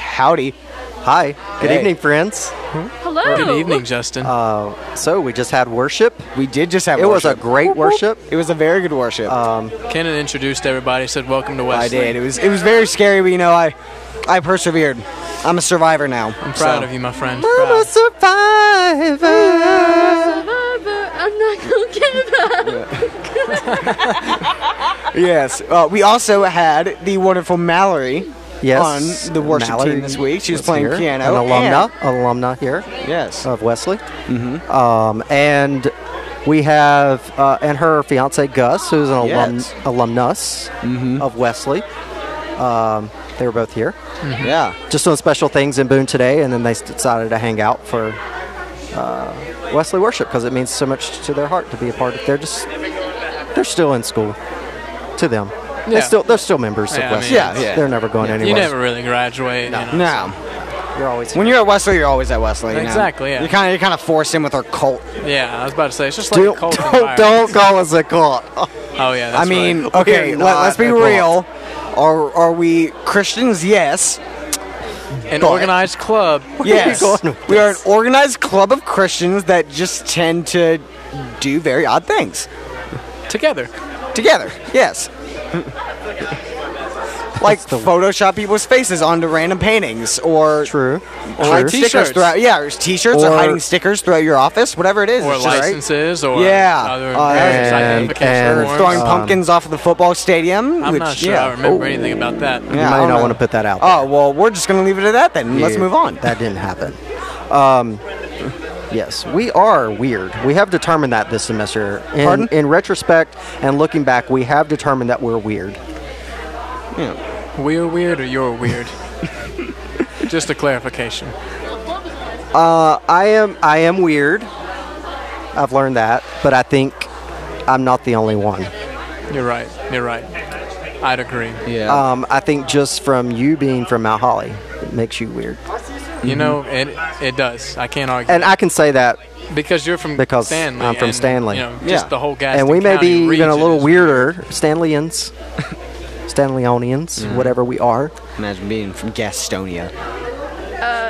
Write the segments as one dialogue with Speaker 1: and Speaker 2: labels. Speaker 1: Howdy. Hi. Good
Speaker 2: Hey.
Speaker 1: evening, friends.
Speaker 3: Hello.
Speaker 4: Good evening, Justin.
Speaker 2: Uh,
Speaker 1: So we just had worship.
Speaker 2: We did just have.
Speaker 1: It was a
Speaker 2: worship.
Speaker 1: great worship. Uh,
Speaker 2: It was a very good worship.
Speaker 4: Kenan introduced everybody, said, Welcome to
Speaker 2: I
Speaker 4: Wesley.
Speaker 2: did. It was it was very scary, but you know, I I persevered. I'm a survivor now.
Speaker 4: I'm proud of you, my friend.
Speaker 1: I'm a
Speaker 4: Proud.
Speaker 1: survivor.
Speaker 3: Survivor. I'm not gonna give up.
Speaker 2: Yes. Uh, we also had the wonderful Mallory.
Speaker 1: Yes.
Speaker 2: On the worship team
Speaker 1: Mallory
Speaker 2: this week. She was
Speaker 1: was
Speaker 2: playing
Speaker 1: here,
Speaker 2: piano.
Speaker 1: An alumna,
Speaker 2: and-
Speaker 1: alumna here
Speaker 2: yes.
Speaker 1: of Wesley. Mm-hmm. Um, and we have, uh, and her fiance Gus, who's an
Speaker 2: Yes. Mm-hmm.
Speaker 1: alum, alumnus of Wesley. Um, they were both here.
Speaker 2: yeah.
Speaker 1: Just doing special things in Boone today, and then they s- decided to hang out for uh, Wesley worship because it means so much to their heart to be a part of. They're just, they're still in school. To them,
Speaker 4: Yeah.
Speaker 1: they're still they're still members
Speaker 4: Yeah, I
Speaker 1: of Wesley.
Speaker 4: mean,
Speaker 2: Yeah, yeah.
Speaker 1: they're never going anywhere.
Speaker 4: You never really graduate. You know.
Speaker 2: Now,
Speaker 1: You're always
Speaker 2: when you're at Wesley, you're always at Wesley. you know?
Speaker 4: Exactly, yeah.
Speaker 2: You're kind of you're kind of forced in with her cult.
Speaker 4: Yeah, I was about to say, it's just like a
Speaker 1: Don't,
Speaker 4: cult
Speaker 1: don't,
Speaker 4: environment.
Speaker 1: don't call us a cult.
Speaker 4: Oh, yeah, that's
Speaker 2: I mean,
Speaker 4: right.
Speaker 2: okay,
Speaker 1: We're
Speaker 2: let,
Speaker 1: not
Speaker 2: let's be
Speaker 1: a cult.
Speaker 2: real. Are are we Christians? Yes.
Speaker 4: An organized club.
Speaker 2: Yes.
Speaker 1: going with
Speaker 2: we are an
Speaker 1: this?
Speaker 2: organized club of Christians that just tend to do very odd things
Speaker 4: Together.
Speaker 2: together. Yes. like
Speaker 1: That's the-
Speaker 2: Photoshop people's faces onto random paintings or
Speaker 1: True. True.
Speaker 2: Hide
Speaker 4: t-
Speaker 2: stickers
Speaker 4: T-shirts.
Speaker 2: throughout. Yeah, or t-shirts or,
Speaker 1: Or-
Speaker 2: hiding stickers throughout your office, whatever it is.
Speaker 4: Or
Speaker 2: it's just-
Speaker 4: licenses or
Speaker 2: Yeah.
Speaker 4: other
Speaker 2: Uh,
Speaker 4: various
Speaker 1: and-
Speaker 4: identification
Speaker 1: and
Speaker 4: forms.
Speaker 2: throwing
Speaker 1: Um,
Speaker 2: pumpkins off of the football stadium.
Speaker 4: I'm
Speaker 2: which,
Speaker 4: not sure
Speaker 2: yeah. Oh.
Speaker 4: I remember anything about that.
Speaker 1: you
Speaker 2: Yeah, I
Speaker 1: might
Speaker 2: don't
Speaker 1: not
Speaker 2: know.
Speaker 1: want to put that out.
Speaker 2: Oh well, we're just gonna leave it at that then.
Speaker 1: there.
Speaker 2: Let's
Speaker 1: Yeah,
Speaker 2: move on.
Speaker 1: That didn't happen. Um, yes, we are weird. We have determined that this semester. In,
Speaker 2: Pardon?
Speaker 1: In retrospect and looking back, we have determined that we're weird.
Speaker 4: We're weird or you're weird? Just a clarification.
Speaker 1: I am. I am weird. I've learned that, but I think I'm not the only one.
Speaker 4: You're right. You're right. I'd agree.
Speaker 2: yeah.
Speaker 1: Um, I think just from you being from Mount Holly, it makes you weird.
Speaker 4: You know,
Speaker 2: Mm-hmm.
Speaker 4: it it does. I can't argue.
Speaker 1: And I can say that
Speaker 4: because you're from
Speaker 1: Because
Speaker 4: Stanley.
Speaker 1: I'm from
Speaker 4: and,
Speaker 1: Stanley.
Speaker 4: You know,
Speaker 2: Yeah.
Speaker 4: just the whole Gaston
Speaker 1: and we may
Speaker 4: County
Speaker 1: be
Speaker 4: region
Speaker 1: even a little
Speaker 4: is-
Speaker 1: weirder stanleyans stanleyonians
Speaker 2: Mm-hmm.
Speaker 1: whatever we are
Speaker 2: Imagine being from Gastonia.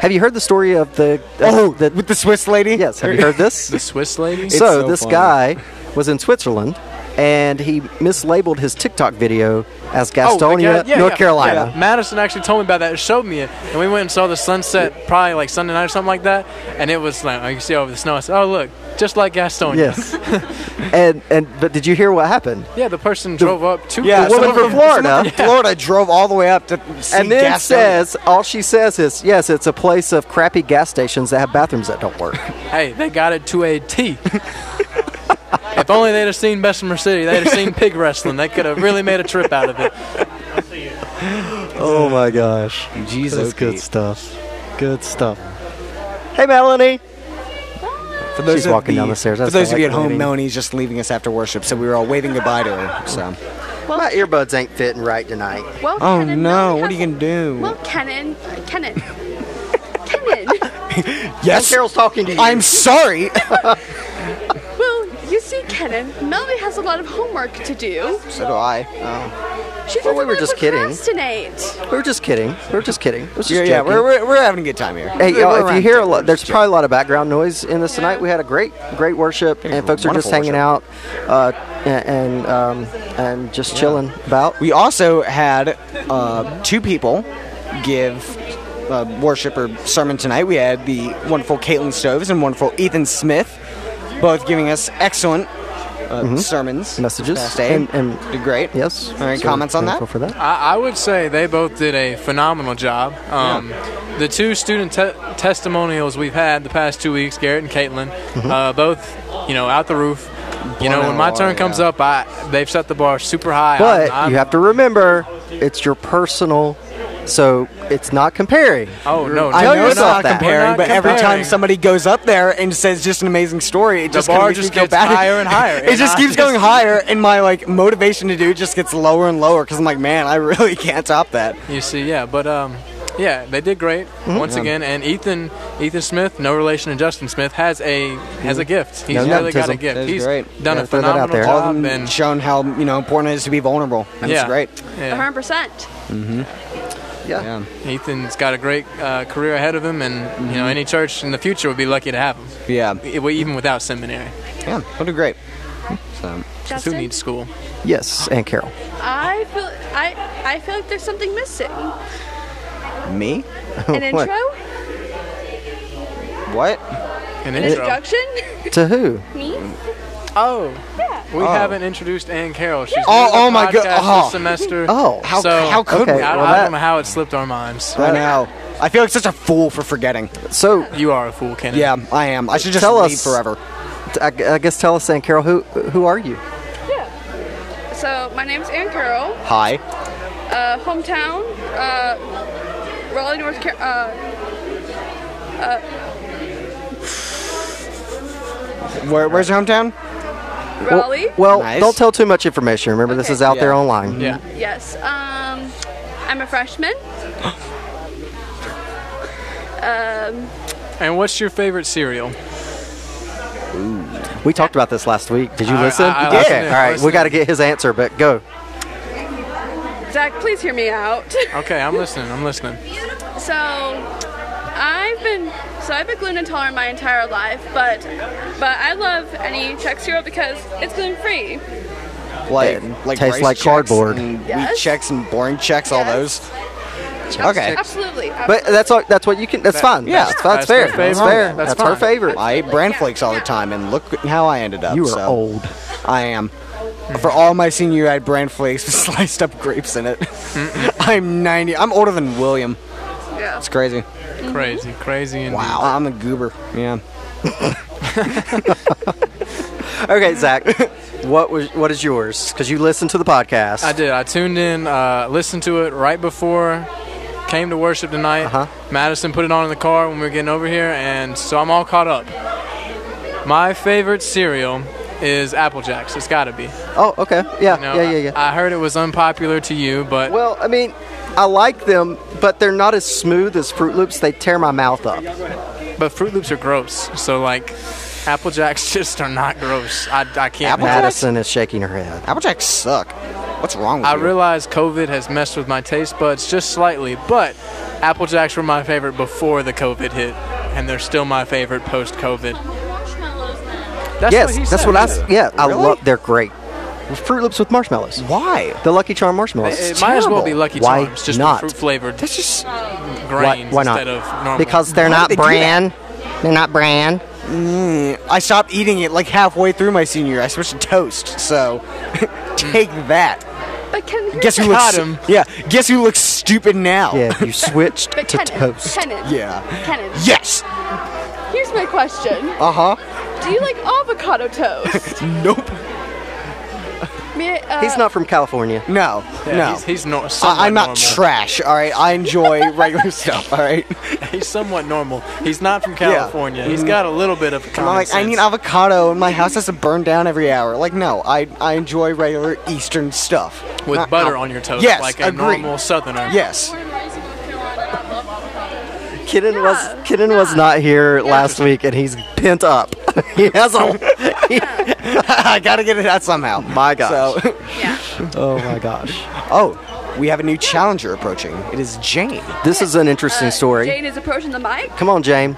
Speaker 1: have you heard the story of the
Speaker 2: Oh,
Speaker 1: the-
Speaker 2: with the Swiss lady.
Speaker 1: yes have you heard this
Speaker 4: The Swiss lady.
Speaker 1: so,
Speaker 2: so
Speaker 1: this
Speaker 2: funny.
Speaker 1: guy was in switzerland and he mislabeled his tiktok video as gastonia
Speaker 4: Ga- Oh, yeah,
Speaker 1: north
Speaker 4: yeah,
Speaker 1: carolina
Speaker 4: yeah. Madison actually told me about that. Showed me it, and we went and saw the sunset probably like Sunday night or something like that. And it was like I could see over the snow. I said, "Oh look, just like Gastonia."
Speaker 1: yes and and but did you hear what happened
Speaker 4: Yeah, the person drove up to
Speaker 2: Yeah,
Speaker 1: the woman from
Speaker 2: someone
Speaker 1: florida
Speaker 2: Florida drove all the way up to see
Speaker 1: and then
Speaker 2: Gastonia.
Speaker 1: says all she says is yes it's a place of crappy gas stations that have bathrooms that don't work
Speaker 4: Hey, they got it to a T. if only they'd have seen Bessemer City, they'd have seen pig wrestling. They could have really made a trip out of it.
Speaker 1: oh my gosh
Speaker 2: Jesus, Pete.
Speaker 1: stuff. Good stuff. Hey, Melanie.
Speaker 2: For those
Speaker 1: She's
Speaker 2: of
Speaker 1: walking down the stairs.
Speaker 2: For
Speaker 1: That's
Speaker 2: those
Speaker 1: not
Speaker 2: of you at
Speaker 1: like
Speaker 2: home,
Speaker 1: waiting.
Speaker 2: Melanie's just leaving us after worship, so we were all waving goodbye to her. So,
Speaker 1: My earbuds ain't fitting right tonight.
Speaker 3: Well,
Speaker 2: oh
Speaker 3: Kenan,
Speaker 2: no,
Speaker 3: now we
Speaker 2: what are you
Speaker 3: have-
Speaker 2: gonna do?
Speaker 3: Well, Kenan, uh, Kenan, Kenan.
Speaker 2: yes,
Speaker 1: Carol's talking to you.
Speaker 2: I'm sorry.
Speaker 3: Well, you see, Kenan, Melody has a lot of homework to do.
Speaker 2: so do I.
Speaker 3: She
Speaker 1: Well, we
Speaker 3: doesn't
Speaker 1: Oh, were
Speaker 3: wanna
Speaker 1: just kidding.
Speaker 3: Procrastinate.
Speaker 1: we were just kidding. We were just kidding. It was just
Speaker 2: Yeah, yeah,
Speaker 1: joking.
Speaker 2: we're, we're, we're having a good time here.
Speaker 1: Hey,
Speaker 2: We're-
Speaker 1: y'all,
Speaker 2: we're
Speaker 1: if you
Speaker 2: around
Speaker 1: hear a
Speaker 2: together.
Speaker 1: lot, there's
Speaker 2: Just
Speaker 1: probably a lot of background noise in this tonight. We had a great, great worship, and folks are just
Speaker 2: wonderful
Speaker 1: hanging out uh, and and, um, and just chilling about.
Speaker 2: We also had uh, two people give uh, worship or sermon tonight. We had the wonderful Caitlin Stoves and wonderful Ethan Smith, both giving us excellent uh, sermons,
Speaker 1: Mm-hmm. Messages
Speaker 2: this past day.
Speaker 1: and- and-
Speaker 2: did great.
Speaker 1: Yes.
Speaker 2: All right, comments on that?
Speaker 1: thankful for that.
Speaker 4: I, I would say they both did a phenomenal job. Um, The two student te- testimonials we've had the past two weeks, Garrett and Caitlin,
Speaker 1: Mm-hmm.
Speaker 4: uh, both you know out the roof. you know,
Speaker 2: out
Speaker 4: when my
Speaker 2: of the
Speaker 4: turn
Speaker 2: water,
Speaker 4: comes
Speaker 2: yeah.
Speaker 4: up, I they've set the bar super high.
Speaker 1: oh, But
Speaker 4: I'm- I'm-
Speaker 1: you have to remember, it's your personal, so it's not comparing.
Speaker 4: oh no,
Speaker 2: I
Speaker 1: know
Speaker 4: no,
Speaker 2: know
Speaker 1: you're
Speaker 2: it's
Speaker 1: not
Speaker 2: not
Speaker 1: that.
Speaker 2: comparing,
Speaker 4: We're not
Speaker 2: but every
Speaker 4: comparing.
Speaker 2: time somebody goes up there and says just an amazing story, it
Speaker 4: The
Speaker 2: just
Speaker 4: bar
Speaker 2: kinda makes
Speaker 4: just
Speaker 2: me feel
Speaker 4: gets
Speaker 2: bad.
Speaker 4: higher and higher,
Speaker 2: it
Speaker 4: and I
Speaker 2: just keeps
Speaker 4: just-
Speaker 2: going higher, and my like motivation to do it just gets lower and lower because I'm like, man, I really can't top that.
Speaker 4: You see, yeah, but um, yeah, they did great
Speaker 1: Mm-hmm.
Speaker 4: once again. And Ethan, Ethan Smith, no relation to Justin Smith, has a has a gift. He's
Speaker 1: Mm-hmm. No
Speaker 4: really got a
Speaker 1: nepotism.
Speaker 4: gift.
Speaker 2: That is
Speaker 4: He's
Speaker 2: great.
Speaker 4: done
Speaker 1: Gotta
Speaker 4: a
Speaker 1: throw that out
Speaker 4: phenomenal
Speaker 1: there. Mm-hmm.
Speaker 2: All of
Speaker 4: job.
Speaker 2: them
Speaker 4: And
Speaker 2: shown how you know important it is to be vulnerable. That's
Speaker 4: yeah,
Speaker 2: great.
Speaker 4: Yeah.
Speaker 3: 100%.
Speaker 1: Yeah.
Speaker 2: Yeah.
Speaker 4: Ethan's got a great uh, career ahead of him, and you
Speaker 2: Mm-hmm.
Speaker 4: know any church in the future would be lucky to have him,
Speaker 2: Yeah.
Speaker 4: E- well, even without seminary.
Speaker 2: Yeah. He'll do great. So,
Speaker 4: Because who needs school?
Speaker 1: Yes, and Carol.
Speaker 3: I feel I I feel like there's something missing.
Speaker 2: me?
Speaker 3: An
Speaker 1: What?
Speaker 3: intro,
Speaker 2: What?
Speaker 4: An
Speaker 3: an
Speaker 4: intro.
Speaker 3: introduction.
Speaker 1: To who?
Speaker 3: Me.
Speaker 4: Oh,
Speaker 3: Yeah.
Speaker 4: we haven't introduced Ann Carroll. She's
Speaker 2: Oh,
Speaker 4: new to the
Speaker 2: oh my go-
Speaker 4: podcast
Speaker 2: oh.
Speaker 4: This semester.
Speaker 1: Oh.
Speaker 2: How-
Speaker 4: so,
Speaker 2: how could
Speaker 1: Okay, we?
Speaker 4: I,
Speaker 1: well,
Speaker 4: I
Speaker 1: that-
Speaker 4: don't know how it slipped our minds.
Speaker 2: I know. I feel like such a fool for forgetting.
Speaker 1: So,
Speaker 4: You are a fool, Kenneth.
Speaker 2: Yeah, I am. I should just
Speaker 1: Tell
Speaker 2: leave
Speaker 1: us-
Speaker 2: forever.
Speaker 1: I, I guess tell us, Ann Carol, who who are you?
Speaker 3: Yeah. So my name's Ann Carroll.
Speaker 2: Hi.
Speaker 3: Uh, hometown, uh, Raleigh, North Carolina. Uh,
Speaker 2: Where, where's your hometown?
Speaker 3: Raleigh.
Speaker 1: Well,
Speaker 2: Nice.
Speaker 1: don't tell too much information. Remember, this
Speaker 3: Okay.
Speaker 1: is out there
Speaker 2: Yeah.
Speaker 1: online.
Speaker 4: Yeah.
Speaker 3: Yes. Um, I'm a freshman.
Speaker 4: And what's your favorite cereal?
Speaker 1: We talked about this last week. Did you
Speaker 4: I-
Speaker 1: listen?
Speaker 4: I- I
Speaker 1: okay.
Speaker 4: listened.
Speaker 1: All right. We
Speaker 4: Listened.
Speaker 1: got to get his answer, but go.
Speaker 3: Zach, please hear me out.
Speaker 4: Okay, I'm listening. I'm listening.
Speaker 3: Mm-hmm. So I've been so I've been gluten intolerant my entire life, but but I love any Chex cereal because it's gluten free.
Speaker 2: Like,
Speaker 1: It
Speaker 2: like
Speaker 1: tastes
Speaker 2: rice
Speaker 1: like
Speaker 2: checks
Speaker 1: cardboard.
Speaker 2: and wheat
Speaker 3: Yes.
Speaker 2: checks and boring checks, all
Speaker 3: Yes.
Speaker 2: those. Okay.
Speaker 3: Absolutely.
Speaker 1: But
Speaker 3: absolutely.
Speaker 1: that's all, that's what you can. That's fine.
Speaker 2: yeah.
Speaker 1: That's, that's
Speaker 4: That's
Speaker 1: fair.
Speaker 4: her
Speaker 1: That's
Speaker 4: favorite.
Speaker 1: fair. That's,
Speaker 4: That's
Speaker 1: her
Speaker 4: fine.
Speaker 1: favorite.
Speaker 2: I ate bran flakes all the
Speaker 3: Yeah.
Speaker 2: time, and look how I ended up.
Speaker 1: you are
Speaker 2: so.
Speaker 1: old.
Speaker 2: I am. For all my senior year, I had bran flakes with sliced up grapes in it. I'm 90. I'm older than William.
Speaker 3: yeah.
Speaker 2: It's crazy.
Speaker 4: Crazy, crazy, and
Speaker 2: Wow. I'm a goober. Yeah.
Speaker 1: Okay, Zach. what was what is yours? Because you listened to the podcast.
Speaker 4: I did. I tuned in, uh, listened to it right before, came to worship tonight.
Speaker 1: Uh-huh.
Speaker 4: Madison put it on in the car when we were getting over here, and so I'm all caught up. My favorite cereal is Apple Jacks. It's got to be.
Speaker 1: Oh, okay. Yeah.
Speaker 4: You know,
Speaker 1: yeah. Yeah. Yeah.
Speaker 4: I, I heard it was unpopular to you, but
Speaker 1: well, I mean, I like them, but they're not as smooth as Fruit Loops. They tear my mouth up.
Speaker 4: but Fruit Loops are gross. So like, Apple Jacks just are not gross. I, I can't.
Speaker 2: Apple
Speaker 4: have it.
Speaker 1: Madison is shaking her head.
Speaker 2: Apple Jacks suck. What's wrong with
Speaker 4: I
Speaker 2: you?
Speaker 4: realize COVID has messed with my taste buds just slightly, but Apple Jacks were my favorite before the COVID hit, and they're still my favorite post COVID. That's
Speaker 1: yes,
Speaker 4: what he
Speaker 1: that's
Speaker 4: said.
Speaker 1: what I. s- Yeah, I
Speaker 2: Really?
Speaker 1: love. They're great. Fruit Loops with marshmallows.
Speaker 2: Why?
Speaker 1: The Lucky Charm marshmallows.
Speaker 4: It might as well be
Speaker 1: terrible.
Speaker 4: Lucky
Speaker 1: Why
Speaker 4: Charms, just
Speaker 1: not?
Speaker 4: fruit flavored
Speaker 2: That's just.
Speaker 4: grains
Speaker 1: why not?
Speaker 4: instead of normal.
Speaker 1: Because they're
Speaker 2: Why
Speaker 1: not
Speaker 2: did they do
Speaker 1: bran. They're not bran.
Speaker 2: I stopped eating it like halfway through my senior year. I switched to toast, so take that.
Speaker 3: But Ken, here's
Speaker 2: Guess who
Speaker 3: the-
Speaker 2: looks
Speaker 4: Got him.
Speaker 2: Yeah, guess who looks stupid now?
Speaker 1: Yeah, you switched
Speaker 3: But
Speaker 1: to
Speaker 3: Kenan,
Speaker 1: toast.
Speaker 3: Kenan,
Speaker 2: Yeah.
Speaker 3: Kenan,
Speaker 2: Yes.
Speaker 3: here's my question:
Speaker 1: Uh-huh.
Speaker 2: Uh huh.
Speaker 3: Do you like avocado toast?
Speaker 2: Nope.
Speaker 3: Me- uh,
Speaker 1: He's not from California.
Speaker 2: No.
Speaker 4: Yeah,
Speaker 2: no.
Speaker 4: he's, he's nor- somewhat
Speaker 2: I- I'm not
Speaker 4: normal.
Speaker 2: trash. All right. I enjoy regular stuff. All right.
Speaker 4: he's somewhat normal. He's not from California. He's got a little bit of
Speaker 2: I'm
Speaker 4: common
Speaker 2: like, I
Speaker 4: sense.
Speaker 2: need avocado, and my house has to burn down every hour. Like, no, I I enjoy regular Eastern stuff.
Speaker 4: with
Speaker 2: Not-
Speaker 4: butter on your toast,
Speaker 2: Yes,
Speaker 4: like a
Speaker 2: agreed.
Speaker 4: normal Southerner.
Speaker 2: Yes.
Speaker 1: Kidden was Kidden was not here last week, and he's pent up. he has a. he-
Speaker 2: I gotta get it out somehow.
Speaker 1: My gosh.
Speaker 2: So,
Speaker 3: Yeah.
Speaker 1: oh my gosh!
Speaker 2: oh, we have a new challenger approaching. It is Jane.
Speaker 1: This is an interesting
Speaker 3: Uh,
Speaker 1: story.
Speaker 3: Jane is approaching the mic.
Speaker 1: Come on, Jane.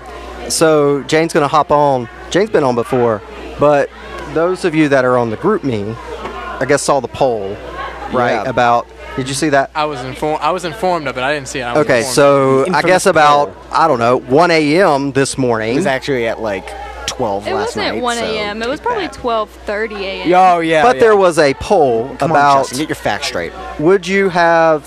Speaker 1: So Jane's gonna hop on. Jane's been on before, but those of you that are on the group me, I guess saw the poll, right?
Speaker 2: Yeah.
Speaker 1: About did you see that?
Speaker 4: I was informed. I was informed of it. I didn't see it. I was
Speaker 1: Okay,
Speaker 4: informed.
Speaker 1: so
Speaker 2: The
Speaker 1: I guess
Speaker 2: infamous
Speaker 1: about
Speaker 2: poll.
Speaker 1: I don't know 1 a.m. this
Speaker 2: It
Speaker 1: morning.
Speaker 2: was actually at like 12
Speaker 5: It
Speaker 2: last
Speaker 5: wasn't
Speaker 2: night.
Speaker 5: 1
Speaker 2: so
Speaker 5: a.m. it was
Speaker 2: take
Speaker 5: probably
Speaker 2: that.
Speaker 5: 12:30 a.m.
Speaker 2: Oh yeah.
Speaker 1: but
Speaker 2: yeah.
Speaker 1: there was a poll
Speaker 2: Come
Speaker 1: about
Speaker 2: on, Justin, get your facts straight.
Speaker 1: would you have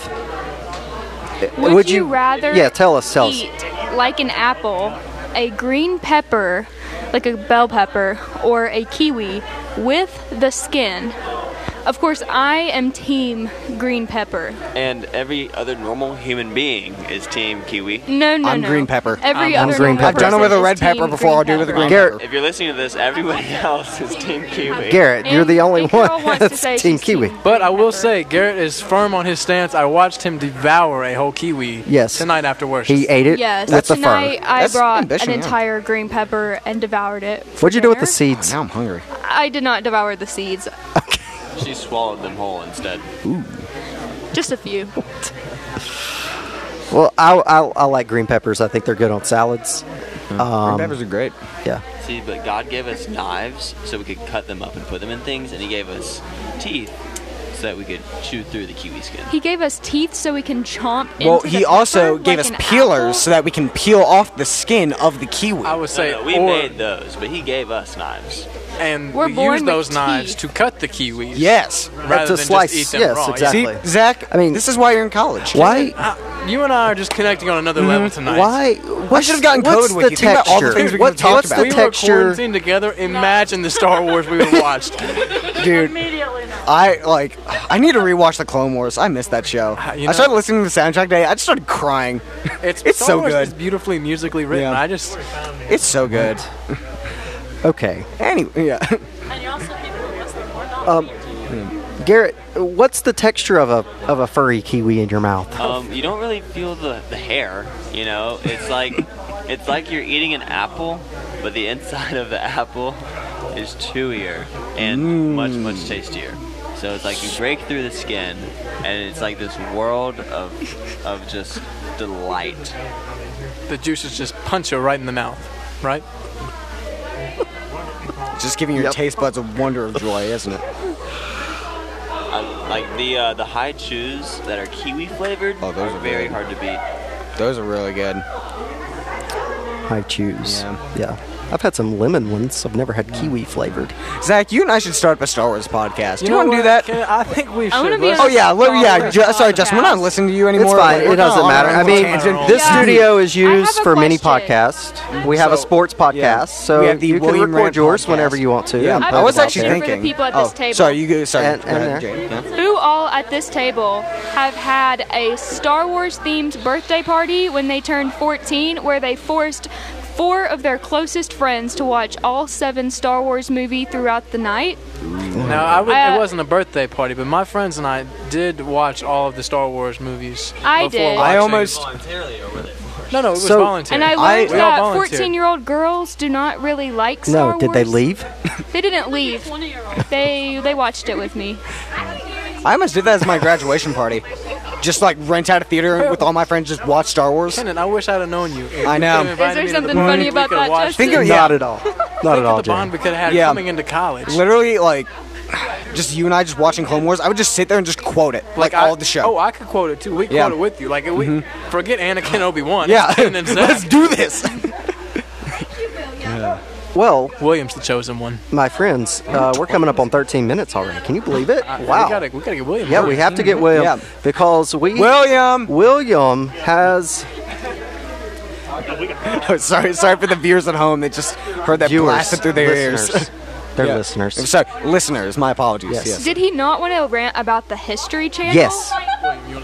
Speaker 5: Would,
Speaker 1: would
Speaker 5: you,
Speaker 1: you-
Speaker 5: rather?
Speaker 1: yeah, tell us, tell us.
Speaker 5: eat, Like an apple, a green pepper, like a bell pepper, or a kiwi with the skin. Of course, I am team green pepper.
Speaker 6: And every other normal human being is Team Kiwi.
Speaker 5: No, no,
Speaker 2: I'm
Speaker 5: no.
Speaker 2: green pepper.
Speaker 5: Every
Speaker 1: I'm
Speaker 5: other
Speaker 1: green
Speaker 5: normal
Speaker 1: pepper. I've done it
Speaker 5: person
Speaker 2: with a
Speaker 5: is
Speaker 2: red
Speaker 5: team
Speaker 2: pepper before I'll do it with a
Speaker 5: pepper.
Speaker 2: green
Speaker 1: Garrett,
Speaker 6: If you're listening to this, everybody else is Team Kiwi.
Speaker 1: Garrett, you're
Speaker 5: And-
Speaker 1: the only
Speaker 5: and Carol
Speaker 1: one
Speaker 5: wants to
Speaker 1: that's
Speaker 5: say
Speaker 1: Team
Speaker 5: she's
Speaker 1: Kiwi.
Speaker 5: team
Speaker 4: But I
Speaker 5: green
Speaker 4: will
Speaker 5: pepper.
Speaker 4: say, Garrett is firm on his stance. I watched him devour a whole kiwi
Speaker 1: Yes.
Speaker 4: tonight after worship.
Speaker 1: He ate it
Speaker 5: Yes,
Speaker 1: with the
Speaker 5: tonight
Speaker 1: fur.
Speaker 5: I
Speaker 2: That's
Speaker 5: brought
Speaker 2: ambition,
Speaker 5: an
Speaker 2: yeah.
Speaker 5: entire green pepper and devoured it. for
Speaker 1: What'd you do with the
Speaker 5: dinner.
Speaker 1: seeds?
Speaker 2: Oh, Now I'm hungry.
Speaker 5: I did not devour the seeds,
Speaker 6: She swallowed them whole instead.
Speaker 5: just a few.
Speaker 1: Well, I, I, I like green peppers. I think they're good on salads. Um,
Speaker 2: Green peppers are great.
Speaker 1: yeah.
Speaker 6: See, but God gave us knives so we could cut them up and put them in things, and He gave us teeth so that we could chew through the kiwi skin.
Speaker 5: He gave us teeth so we can chomp.
Speaker 2: Well,
Speaker 5: into the
Speaker 2: he also
Speaker 5: pepper
Speaker 2: gave
Speaker 5: like
Speaker 2: us
Speaker 5: an
Speaker 2: peelers
Speaker 5: apple.
Speaker 2: so that we can peel off the skin of the kiwi.
Speaker 4: I would say,
Speaker 6: No, no, we
Speaker 4: or,
Speaker 6: made those, but He gave us knives.
Speaker 4: and
Speaker 5: We're
Speaker 4: we
Speaker 5: born
Speaker 4: use
Speaker 5: with
Speaker 4: those knives
Speaker 5: teeth.
Speaker 4: to cut the kiwis.
Speaker 2: yes.
Speaker 4: rather
Speaker 1: to
Speaker 4: than
Speaker 1: slice,
Speaker 4: just eat them
Speaker 1: yes,
Speaker 4: raw.
Speaker 1: exactly.
Speaker 2: See, Zach,
Speaker 1: I
Speaker 2: I
Speaker 1: mean-
Speaker 2: mean, this is why you're in college.
Speaker 1: Why?
Speaker 4: I- Uh, you and I are just connecting on another level
Speaker 2: Mm-hmm.
Speaker 4: tonight.
Speaker 1: Why?
Speaker 2: I
Speaker 1: What's,
Speaker 2: should have gotten
Speaker 1: what's
Speaker 2: code with
Speaker 1: the
Speaker 2: you. Think about
Speaker 1: texture?
Speaker 2: all the things we could've
Speaker 1: what's
Speaker 2: talked
Speaker 1: what's
Speaker 2: about.
Speaker 1: the
Speaker 4: We were
Speaker 1: texture?
Speaker 4: quarantined together. Imagine the Star Wars we would have watched.
Speaker 2: Dude,
Speaker 3: Immediately now.
Speaker 2: I like. I need to rewatch the Clone Wars. I missed that show.
Speaker 4: you
Speaker 2: I started
Speaker 4: know-
Speaker 2: listening to the soundtrack today. I just started crying.
Speaker 4: It's,
Speaker 2: It's
Speaker 4: Star
Speaker 2: so
Speaker 4: Wars
Speaker 2: good.
Speaker 4: is beautifully musically written.
Speaker 2: Yeah.
Speaker 4: I just
Speaker 2: It's so good.
Speaker 1: Okay,
Speaker 2: Anyway, yeah.
Speaker 3: And you also people who listen more not
Speaker 1: Garrett, what's the texture of a of a furry kiwi in your mouth?
Speaker 6: Um, you don't really feel the, the hair, you know. It's like it's like you're eating an apple, but the inside of the apple is chewier and much
Speaker 2: Mm.
Speaker 6: much tastier. So it's like you break through the skin, and it's like this world of of just delight.
Speaker 4: the juices just punch you right in the mouth, right?
Speaker 2: Just giving your
Speaker 1: Yep.
Speaker 2: taste buds a wonder of joy, isn't it?
Speaker 6: I, like the uh, the high chews that are kiwi flavored
Speaker 2: Oh, those are
Speaker 6: very
Speaker 2: good.
Speaker 6: hard to beat.
Speaker 2: Those are really good.
Speaker 1: I choose.
Speaker 2: Yeah.
Speaker 1: Yeah. I've had some lemon ones. I've never had kiwi flavored.
Speaker 2: Zach, you and I should start up a Star Wars podcast. do you
Speaker 4: know
Speaker 2: want to
Speaker 4: what?
Speaker 2: do that?
Speaker 4: Can- I think we should.
Speaker 5: I wanna be
Speaker 4: Let's-
Speaker 5: on
Speaker 2: Oh yeah, well, yeah.
Speaker 5: Star
Speaker 2: Ju- sorry,
Speaker 5: Wars
Speaker 2: Justin, we're not
Speaker 5: podcast.
Speaker 2: listening to you anymore.
Speaker 1: It's fine.
Speaker 2: We're
Speaker 1: It doesn't
Speaker 2: not
Speaker 1: matter.
Speaker 2: on
Speaker 1: I
Speaker 2: our
Speaker 1: mean,
Speaker 2: tangent.
Speaker 1: this
Speaker 5: Yeah.
Speaker 1: studio is
Speaker 5: I have
Speaker 1: used
Speaker 5: a
Speaker 1: for many
Speaker 5: question.
Speaker 1: podcasts. We have a
Speaker 2: So-
Speaker 1: sports podcast,
Speaker 2: yeah.
Speaker 1: so
Speaker 2: We have the
Speaker 1: you can
Speaker 2: William
Speaker 1: record
Speaker 2: Rand
Speaker 1: yours
Speaker 2: podcast.
Speaker 1: whenever you want to.
Speaker 2: Yeah,
Speaker 1: and
Speaker 5: I
Speaker 1: put
Speaker 2: I
Speaker 1: it
Speaker 2: was
Speaker 1: out
Speaker 2: actually
Speaker 1: there.
Speaker 5: for the
Speaker 2: thinking.
Speaker 5: people at
Speaker 2: oh,
Speaker 5: this table.
Speaker 2: Sorry, you go. Sorry,
Speaker 1: And-
Speaker 2: go ahead,
Speaker 1: and there.
Speaker 2: Jane. Yeah.
Speaker 5: Who all at this table have had a Star Wars themed birthday party when they turned 14 where they forced four of their closest friends to watch all seven Star Wars movie throughout the night?
Speaker 4: No, I would,
Speaker 5: Uh,
Speaker 4: it wasn't a birthday party, but my friends and I did watch all of the Star Wars movies.
Speaker 5: I
Speaker 4: before
Speaker 5: did. I
Speaker 4: watching.
Speaker 2: almost-
Speaker 4: No, no, it was
Speaker 1: So-
Speaker 4: voluntary.
Speaker 5: And I learned
Speaker 4: we all
Speaker 5: that
Speaker 4: volunteered.
Speaker 5: 14 year old girls do not really like Star
Speaker 1: No,
Speaker 5: Wars.
Speaker 1: did they leave?
Speaker 5: They didn't leave. They they watched it with me.
Speaker 2: I almost did that as my graduation party. Just like rent out a theater with all my friends, just watch Star Wars.
Speaker 4: Kenan, I wish I'd have known you.
Speaker 2: I know.
Speaker 4: If you could've
Speaker 5: Is there
Speaker 4: invited me to the
Speaker 5: something
Speaker 4: bond,
Speaker 5: funny
Speaker 4: we
Speaker 5: about
Speaker 4: could've
Speaker 5: that,
Speaker 4: watched
Speaker 5: Justin?
Speaker 4: it.
Speaker 2: Think of- Yeah.
Speaker 1: Not at all. Not at
Speaker 4: Think of
Speaker 1: all,
Speaker 4: the bond
Speaker 1: Jane.
Speaker 4: we could have had
Speaker 2: Yeah.
Speaker 4: coming into college.
Speaker 2: Literally, like, just you and I just watching Clone Wars. I would just sit there and just quote it, like,
Speaker 4: I-
Speaker 2: all the show.
Speaker 4: Oh, I could quote it too. We
Speaker 2: Yeah.
Speaker 4: quote it with you. Like we forget Anakin Obi Wan.
Speaker 2: yeah,
Speaker 4: and then
Speaker 2: let's
Speaker 4: Zach.
Speaker 2: do this.
Speaker 1: Well,
Speaker 4: Williams, the chosen one.
Speaker 1: my friends, uh, we're coming up on 13 minutes already. Can you believe it?
Speaker 4: we
Speaker 1: Wow.
Speaker 4: gotta, we gotta get Williams.
Speaker 1: Yeah, we have to get William
Speaker 2: Uh, Yeah.
Speaker 1: because we
Speaker 2: William.
Speaker 1: William has
Speaker 2: Oh, sorry, sorry for the viewers at home that just heard that
Speaker 1: viewers,
Speaker 2: blasted through their
Speaker 1: listeners.
Speaker 2: ears.
Speaker 1: They're
Speaker 2: Yeah. I'm
Speaker 1: listeners.
Speaker 2: sorry, listeners. My apologies.
Speaker 1: Yes.
Speaker 2: yes.
Speaker 5: Did he not want to rant about the History Channel?
Speaker 1: Yes.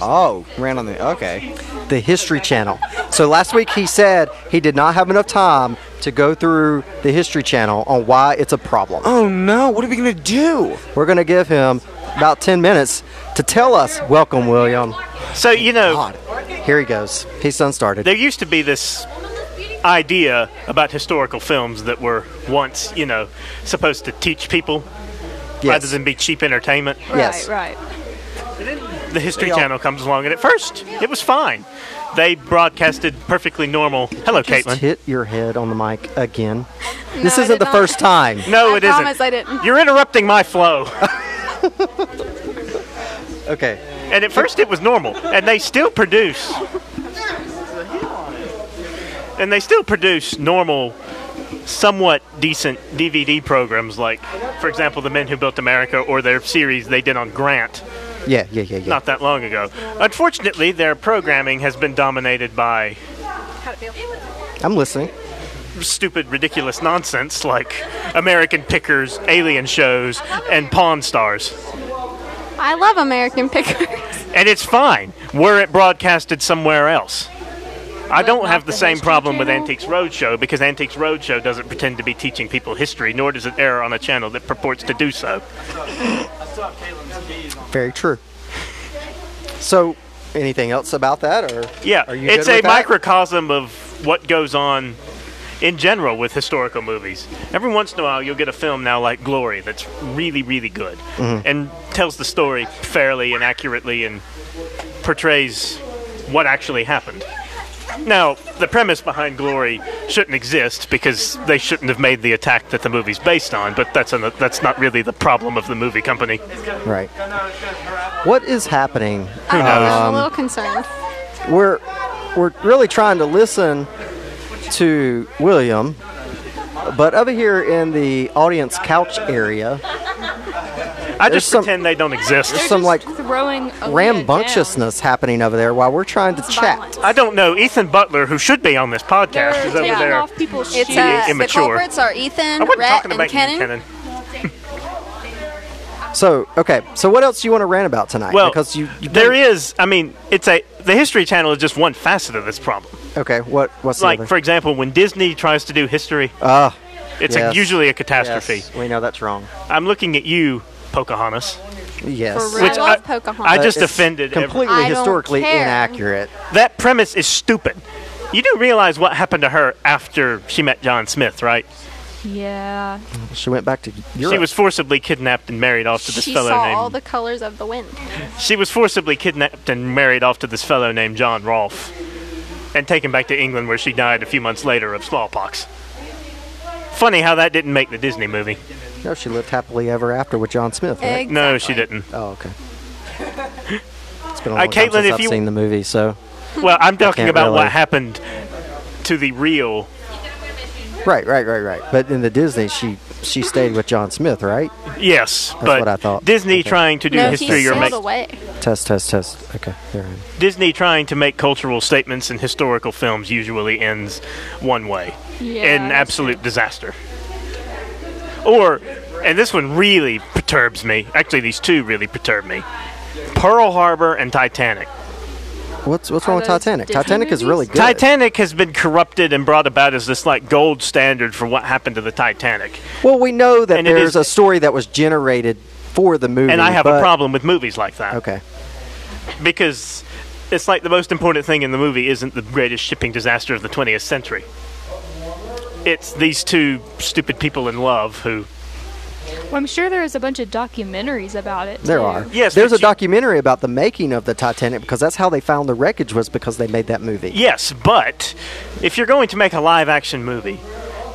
Speaker 2: Oh, ran on the. Okay.
Speaker 1: the History Channel. So last week he said he did not have enough time to go through the History Channel on why it's a problem.
Speaker 2: Oh no! What are we gonna do?
Speaker 1: We're going to give him about 10 minutes to tell us. Welcome, William.
Speaker 7: So, you know,
Speaker 1: Ah.
Speaker 2: God.
Speaker 1: Here he goes. He's unstarted.
Speaker 7: there used to be this idea about historical films that were once, you know, supposed to teach people rather than be cheap entertainment.
Speaker 5: Right,
Speaker 1: Yes.
Speaker 5: right.
Speaker 7: The History Channel comes along, and at first, it was fine. They broadcasted perfectly normal. Hello,
Speaker 1: Just
Speaker 7: Caitlin.
Speaker 1: hit your head on the mic again. this
Speaker 5: I
Speaker 1: isn't
Speaker 5: did
Speaker 1: the
Speaker 5: not.
Speaker 1: first time.
Speaker 7: No,
Speaker 3: I
Speaker 7: it isn't.
Speaker 3: promise I didn't.
Speaker 7: You're interrupting my flow.
Speaker 1: Okay.
Speaker 7: and at first, it was normal, and they still produce. And they still produce normal, somewhat decent DVD programs, like, for example, The Men Who Built America or their series they did on Grant
Speaker 1: Yeah, yeah, yeah, yeah.
Speaker 7: not that long ago. Unfortunately, their programming has been dominated by
Speaker 1: I'm listening.
Speaker 7: stupid, ridiculous nonsense like American Pickers, alien shows, and Pawn Stars.
Speaker 8: I love American Pickers.
Speaker 7: And it's fine, were it broadcasted somewhere else. I don't
Speaker 5: not
Speaker 7: have the
Speaker 5: the
Speaker 7: same
Speaker 5: History
Speaker 7: problem with
Speaker 5: Channel?
Speaker 7: Antiques Roadshow because Antiques Roadshow doesn't pretend to be teaching people history, nor does it air on a channel that purports to do so.
Speaker 1: Very true. So, anything else about that, or
Speaker 7: Yeah,
Speaker 1: Are you
Speaker 7: it's
Speaker 1: good
Speaker 7: a
Speaker 1: with that?
Speaker 7: microcosm of what goes on in general with historical movies. Every once in a while, you'll get a film now like Glory that's really, really good
Speaker 1: Mm-hmm.
Speaker 7: and tells the story fairly and accurately and portrays what actually happened. Now, the premise behind Glory shouldn't exist because they shouldn't have made the attack that the movie's based on, but that's, an, that's not really the problem of the movie company.
Speaker 1: Right. What is happening? Um,
Speaker 8: I'm a little concerned.
Speaker 1: We're we're really trying to listen to William, but over here in the audience couch area,
Speaker 7: I just
Speaker 1: some-
Speaker 7: pretend they don't exist.
Speaker 1: there's some like
Speaker 5: throwing Aaliyah down.
Speaker 1: rambunctiousness happening over there while we're trying to chat.
Speaker 8: violence.
Speaker 7: I don't know. Ethan Butler, who should be on this podcast,
Speaker 5: They're
Speaker 7: is over
Speaker 5: taking
Speaker 7: there.
Speaker 5: off people's
Speaker 8: It's
Speaker 5: shoes.
Speaker 7: uh,
Speaker 8: the
Speaker 7: immature.
Speaker 8: culprits are Ethan,
Speaker 7: I wasn't
Speaker 8: Rhett,
Speaker 7: talking
Speaker 8: and
Speaker 7: about
Speaker 8: Kenan.
Speaker 7: you, Kenan.
Speaker 1: So okay, so what else do you want to rant about tonight?
Speaker 7: Well,
Speaker 1: because you, you
Speaker 7: there is. I mean, it's a the History Channel is just one facet of this problem.
Speaker 1: okay. What what's the
Speaker 7: Like,
Speaker 1: other?
Speaker 7: for example, when Disney tries to do history,
Speaker 1: Ah,
Speaker 7: it's
Speaker 1: yes.
Speaker 7: a, usually a
Speaker 1: yes,
Speaker 7: catastrophe.
Speaker 1: we know that's wrong.
Speaker 7: I'm looking at you, Pocahontas.
Speaker 1: Yes,
Speaker 8: I
Speaker 7: Which
Speaker 8: love
Speaker 7: I-
Speaker 8: Pocahontas.
Speaker 7: I just
Speaker 1: It's
Speaker 7: offended every-
Speaker 1: completely
Speaker 8: I don't
Speaker 1: historically
Speaker 8: care.
Speaker 1: inaccurate.
Speaker 7: That premise is stupid. You do realize what happened to her after she met John Smith, right?
Speaker 5: Yeah.
Speaker 1: She went back to Europe.
Speaker 7: She was forcibly kidnapped and married off to this
Speaker 8: she
Speaker 7: fellow
Speaker 8: saw
Speaker 7: named.
Speaker 8: all the colors of the wind.
Speaker 7: She was forcibly kidnapped and married off to this fellow named John Rolfe and taken back to England where she died a few months later of smallpox. Funny how that didn't make the Disney movie.
Speaker 1: no, she lived happily ever after with John Smith. Right?
Speaker 7: No, she didn't.
Speaker 1: Oh, okay. It's been a
Speaker 7: Uh,
Speaker 1: long time
Speaker 7: Caitlin,
Speaker 1: since
Speaker 7: if
Speaker 1: I've
Speaker 7: you-
Speaker 1: seen the movie, so
Speaker 7: Well, I'm talking
Speaker 1: can't
Speaker 7: about
Speaker 1: really-
Speaker 7: what happened to the real.
Speaker 1: right, right, right, right. But in the Disney, she she stayed with John Smith, right?
Speaker 7: Yes, but
Speaker 1: what I thought.
Speaker 7: Disney
Speaker 1: Okay.
Speaker 7: trying to do
Speaker 8: No, he
Speaker 7: history or
Speaker 8: sailed
Speaker 7: make
Speaker 8: away.
Speaker 1: Test, test, test. Okay, there. I am.
Speaker 7: Disney trying to make cultural statements in historical films usually ends one way in
Speaker 5: that's
Speaker 7: absolute disaster. Or, and this one really perturbs me. Actually, these two really perturb me Pearl Harbor and Titanic.
Speaker 1: What's what's wrong with
Speaker 5: those
Speaker 1: Titanic?
Speaker 5: Disney
Speaker 1: Titanic is
Speaker 5: movies?
Speaker 1: really good.
Speaker 7: Titanic has been corrupted and brought about as this like gold standard for what happened to the Titanic.
Speaker 1: Well, we know that
Speaker 7: And it
Speaker 1: there's
Speaker 7: is-
Speaker 1: a story that was generated for the movie,
Speaker 7: And I have
Speaker 1: Mm-hmm. but-
Speaker 7: a problem with movies like that.
Speaker 1: Okay,
Speaker 7: Because it's like the most important thing in the movie isn't the greatest shipping disaster of the 20th century. It's these two stupid people in love who
Speaker 5: Well, I'm sure there is a bunch of documentaries about it.
Speaker 1: there
Speaker 5: too.
Speaker 1: are.
Speaker 7: Yes,
Speaker 1: there's
Speaker 7: but
Speaker 1: a
Speaker 7: you-
Speaker 1: documentary about the making of the Titanic because that's how they found the wreckage was because they made that movie.
Speaker 7: Yes, but if you're going to make a live action movie,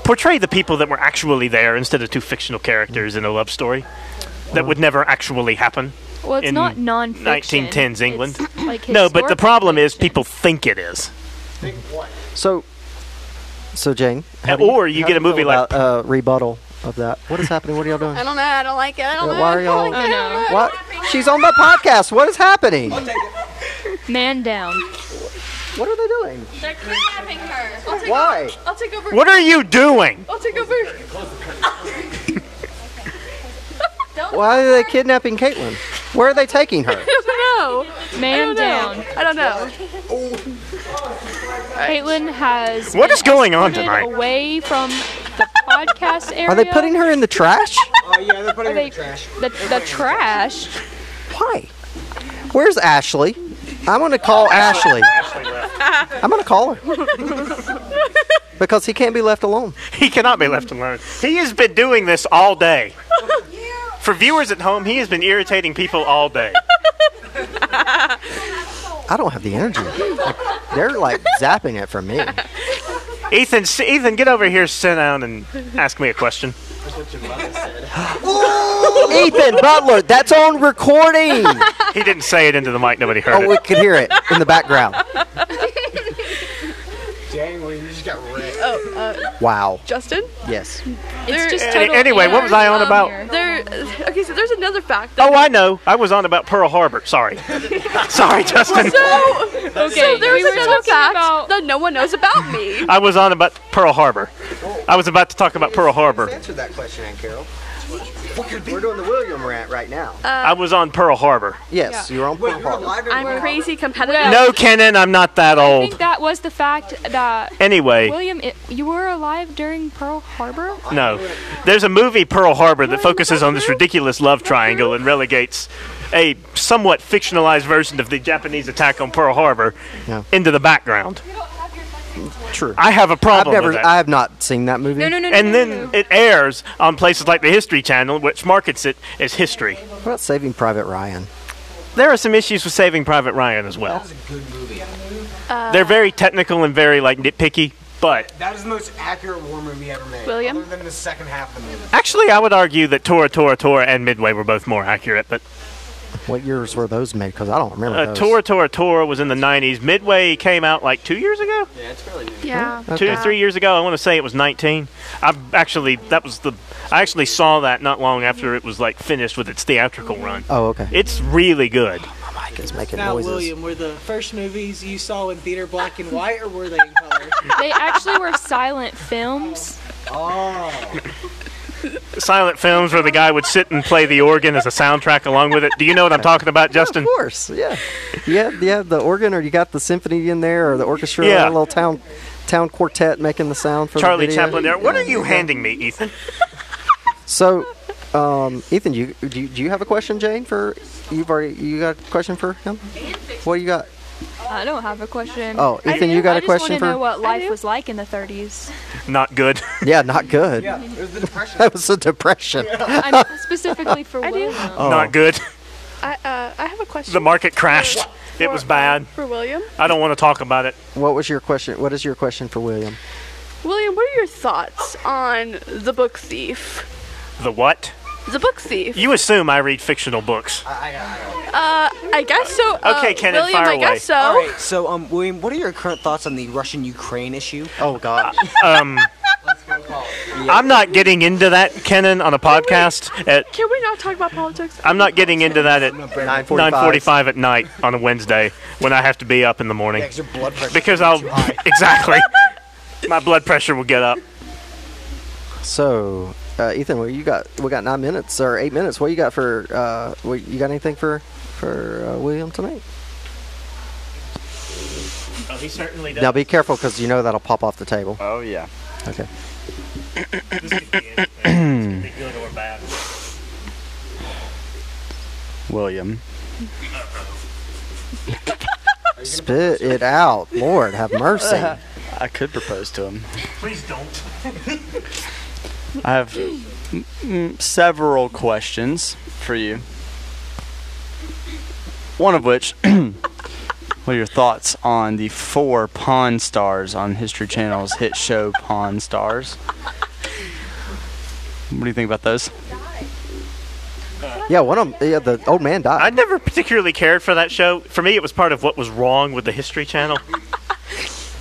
Speaker 7: portray the people that were actually there instead of two fictional characters in a love story that would never actually happen.
Speaker 5: Well, it's
Speaker 7: in
Speaker 5: not non-fiction.
Speaker 7: 1910s
Speaker 5: It's
Speaker 7: England.
Speaker 5: like
Speaker 7: No, but the
Speaker 5: historical
Speaker 7: problem is
Speaker 5: fiction.
Speaker 7: people think it is.
Speaker 1: So, so Jane, how
Speaker 7: Uh,
Speaker 1: do
Speaker 7: or you
Speaker 1: how
Speaker 7: get
Speaker 1: do
Speaker 7: a movie
Speaker 1: feel
Speaker 7: like-
Speaker 1: about, uh, rebuttal of that. What is happening? What are y'all doing?
Speaker 8: I don't know. I don't like it. I don't
Speaker 1: Why
Speaker 8: know.
Speaker 1: are
Speaker 8: I
Speaker 1: y'all?
Speaker 8: don't
Speaker 5: Oh,
Speaker 8: like it.
Speaker 1: What? She's on my podcast. What is happening?
Speaker 5: Man down.
Speaker 1: What are they doing?
Speaker 3: They're kidnapping her. I'll take
Speaker 1: Why?
Speaker 3: Over. I'll take over.
Speaker 7: What are you doing?
Speaker 3: I'll take over. Don't-
Speaker 1: Why are they kidnapping Caitlin? Where are they taking her?
Speaker 3: No,
Speaker 5: Man down.
Speaker 3: I don't know.
Speaker 5: Caitlin has.
Speaker 7: What
Speaker 5: been
Speaker 7: is going on
Speaker 5: escorted
Speaker 7: tonight?
Speaker 5: Away from the podcast area.
Speaker 1: Are they putting her in the trash?
Speaker 2: Oh yeah, they're putting
Speaker 5: Are they- the, the trash?
Speaker 1: Why? Where's Ashley? I'm gonna call Ashley. I'm gonna call her because he can't be left alone.
Speaker 7: He cannot be left alone. He has been doing this all day. For viewers at home, he has been irritating people all day.
Speaker 1: I don't have the energy. Like, they're like zapping it for me.
Speaker 7: Ethan, s- Ethan, get over here, sit down, and ask me a question.
Speaker 1: Ethan Butler, that's on recording.
Speaker 7: He didn't say it into the mic; nobody heard
Speaker 1: Oh, we
Speaker 7: it.
Speaker 1: could hear it in the background.
Speaker 2: Dang, well, you just got wrecked.
Speaker 1: Wow.
Speaker 3: Justin.
Speaker 1: Yes.
Speaker 3: There-
Speaker 5: It's just
Speaker 7: Any-
Speaker 5: total
Speaker 7: anyway, what was I on
Speaker 5: anarchy
Speaker 7: about?
Speaker 5: here.
Speaker 3: There. Okay, so there's another fact. That
Speaker 7: Oh, I know. I was on about Pearl Harbor. Sorry, sorry, Justin.
Speaker 3: So, okay, so there's
Speaker 5: we were
Speaker 3: another
Speaker 5: talking
Speaker 3: fact
Speaker 5: about-
Speaker 3: that no one knows about me.
Speaker 7: I was on about Pearl Harbor. I was about to talk about Pearl
Speaker 5: Uh,
Speaker 7: Harbor.
Speaker 1: Answer that question, Aunt Carol. We're doing the William rant right now.
Speaker 2: Uh,
Speaker 7: I was on Pearl Harbor.
Speaker 1: yes, you're on Pearl Harbor.
Speaker 3: I'm crazy competitive.
Speaker 7: No, Kenan, I'm not that
Speaker 5: I think
Speaker 7: old.
Speaker 5: that was the fact that
Speaker 7: Anyway,
Speaker 5: William, it, you were alive during Pearl Harbor.
Speaker 7: no. There's a movie, Pearl Harbor, that focuses on this ridiculous love triangle and relegates a somewhat fictionalized version of the Japanese attack on Pearl Harbor
Speaker 1: Yeah.
Speaker 7: into the background.
Speaker 1: True.
Speaker 7: I have a
Speaker 1: I've
Speaker 7: problem
Speaker 1: never,
Speaker 7: with that.
Speaker 1: I have not seen that movie.
Speaker 5: No, no, no. no, no,
Speaker 7: and then
Speaker 5: no.
Speaker 7: it airs on places like the History Channel, which markets it as history.
Speaker 1: What about Saving Private Ryan?
Speaker 7: there are some issues with Saving Private Ryan as well. They're very technical and very like nitpicky, but
Speaker 2: That is the most accurate war movie ever made.
Speaker 3: William?
Speaker 2: Other than the second half of the movie.
Speaker 7: actually, I would argue that Tora, Tora, Tora, and Midway were both more accurate. But
Speaker 1: What years were those made? Because I don't remember
Speaker 7: uh,
Speaker 1: those.
Speaker 7: Tora, Tora, Tora was in the '90s. Midway came out like two years ago.
Speaker 3: Yeah.
Speaker 7: two
Speaker 1: Okay.
Speaker 7: or three years ago. I want to say it was 19. I actually that was the I actually saw that not long after it was like finished with its theatrical run.
Speaker 1: Oh, okay.
Speaker 7: It's really good.
Speaker 1: My mic is making
Speaker 9: Now,
Speaker 1: noises.
Speaker 9: William, were the first movies you saw in theater black and white, or were they in color?
Speaker 5: They actually were silent films.
Speaker 7: Silent films where the guy would sit and play the organ as a soundtrack along with it. Do you know what I'm talking about,
Speaker 1: Of
Speaker 7: Justin?
Speaker 1: course, yeah. Yeah, yeah. The organ, or you got the symphony in there, or the orchestra,
Speaker 7: Yeah.
Speaker 1: or a little town town quartet making the sound for
Speaker 7: Charlie
Speaker 1: the video.
Speaker 7: Chaplin there. What
Speaker 1: Yeah.
Speaker 7: are you handing me, Ethan?
Speaker 1: So, um, Ethan, you do, you do you have a question, Jane? For you've already you got a question for him? What you got?
Speaker 5: I don't have a question.
Speaker 1: Oh,
Speaker 5: I
Speaker 1: Ethan,
Speaker 5: do.
Speaker 1: you got
Speaker 5: I
Speaker 1: a question
Speaker 5: just want to
Speaker 1: for-
Speaker 5: know what life
Speaker 3: do.
Speaker 5: was like in the 30s.
Speaker 7: Not good.
Speaker 1: Yeah, not good.
Speaker 2: it was the depression.
Speaker 1: That was a depression.
Speaker 5: I'm specifically for
Speaker 3: I do.
Speaker 5: William.
Speaker 1: Oh.
Speaker 7: Not good.
Speaker 3: I, uh, I have a question.
Speaker 7: The market crashed. It was bad.
Speaker 3: For William.
Speaker 7: I don't want to talk about it.
Speaker 1: What was your question? What is your question for William?
Speaker 3: William, what are your thoughts on The Book Thief?
Speaker 7: The what?
Speaker 3: The Book Thief.
Speaker 7: You assume I read fictional books.
Speaker 3: Uh, I guess so. Uh,
Speaker 7: Okay, Kenan,
Speaker 3: William,
Speaker 7: fire
Speaker 3: I guess so.
Speaker 2: All right, so um, William, what are your current thoughts on the Russian-Ukraine issue?
Speaker 1: Oh God.
Speaker 7: I'm not getting into that, Kenan, on a podcast. At,
Speaker 3: Can we not talk about politics?
Speaker 7: I'm not getting into that at
Speaker 1: 945.
Speaker 7: 9:45 at night on a Wednesday when I have to be up in the morning
Speaker 2: Because your blood pressure.
Speaker 7: because I'll exactly my blood pressure will get up.
Speaker 1: So, uh, Ethan, what you got? We got nine minutes or eight minutes. What you got for? Uh, what, you got anything for for uh, William tonight?
Speaker 7: Oh, he certainly
Speaker 1: Now be careful because you know that'll pop off the table.
Speaker 6: Oh yeah.
Speaker 1: Okay.
Speaker 6: William.
Speaker 1: Spit it out, Lord, have mercy.
Speaker 6: I could propose to him.
Speaker 7: Please don't.
Speaker 6: I have mm, mm, several questions for you. One of which, what are your thoughts on the four Pawn Stars on History Channel's hit show Pawn Stars? What do you think about those?
Speaker 1: Yeah, one of them. Yeah, the old man
Speaker 7: I
Speaker 1: died.
Speaker 7: never particularly cared for that show. For me, it was part of what was wrong with the History Channel.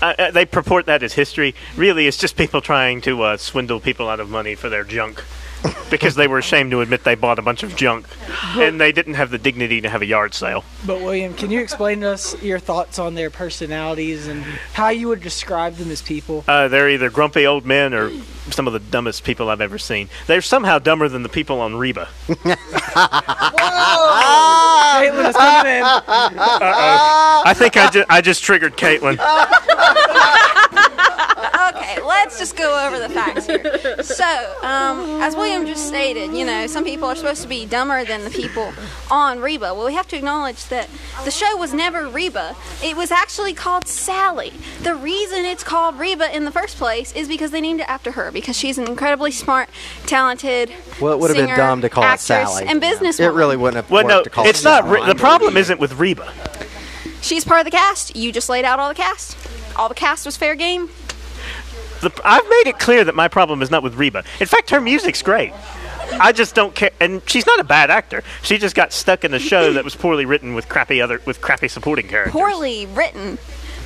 Speaker 7: Uh, uh, they purport that as history. Really, it's just people trying to uh, swindle people out of money for their junk because they were ashamed to admit they bought a bunch of junk and they didn't have the dignity to have a yard sale.
Speaker 9: But William, can you explain to us your thoughts on their personalities and how you would describe them as people?
Speaker 7: Uh, they're either grumpy old men or some of the dumbest people I've ever seen. They're somehow dumber than the people on Reba.
Speaker 9: Caitlin is coming in.
Speaker 7: I think I, ju- I just triggered Caitlin.
Speaker 8: Okay, let's just go over the facts here. So, um, as William just stated, you know, some people are supposed to be dumber than the people on Reba. Well, we have to acknowledge that the show was never Reba. It was actually called Sally. The reason it's called Reba in the first place is because they named it after her because she's an incredibly smart, talented.
Speaker 1: Well, it would have been
Speaker 8: singer,
Speaker 1: dumb to call it
Speaker 8: actress,
Speaker 1: Sally.
Speaker 8: And business.
Speaker 1: It really wouldn't have
Speaker 7: Well,
Speaker 1: worked
Speaker 7: no,
Speaker 1: to call
Speaker 7: it's
Speaker 1: it
Speaker 7: not.
Speaker 1: Sally.
Speaker 7: Re- the problem isn't with Reba.
Speaker 8: She's part of the cast. You just laid out all the cast. All the cast was fair game.
Speaker 7: The, I've made it clear that my problem is not with Reba. In fact, her music's great. I just don't care, and she's not a bad actor. She just got stuck in a show that was poorly written with crappy other with crappy supporting characters.
Speaker 8: poorly written.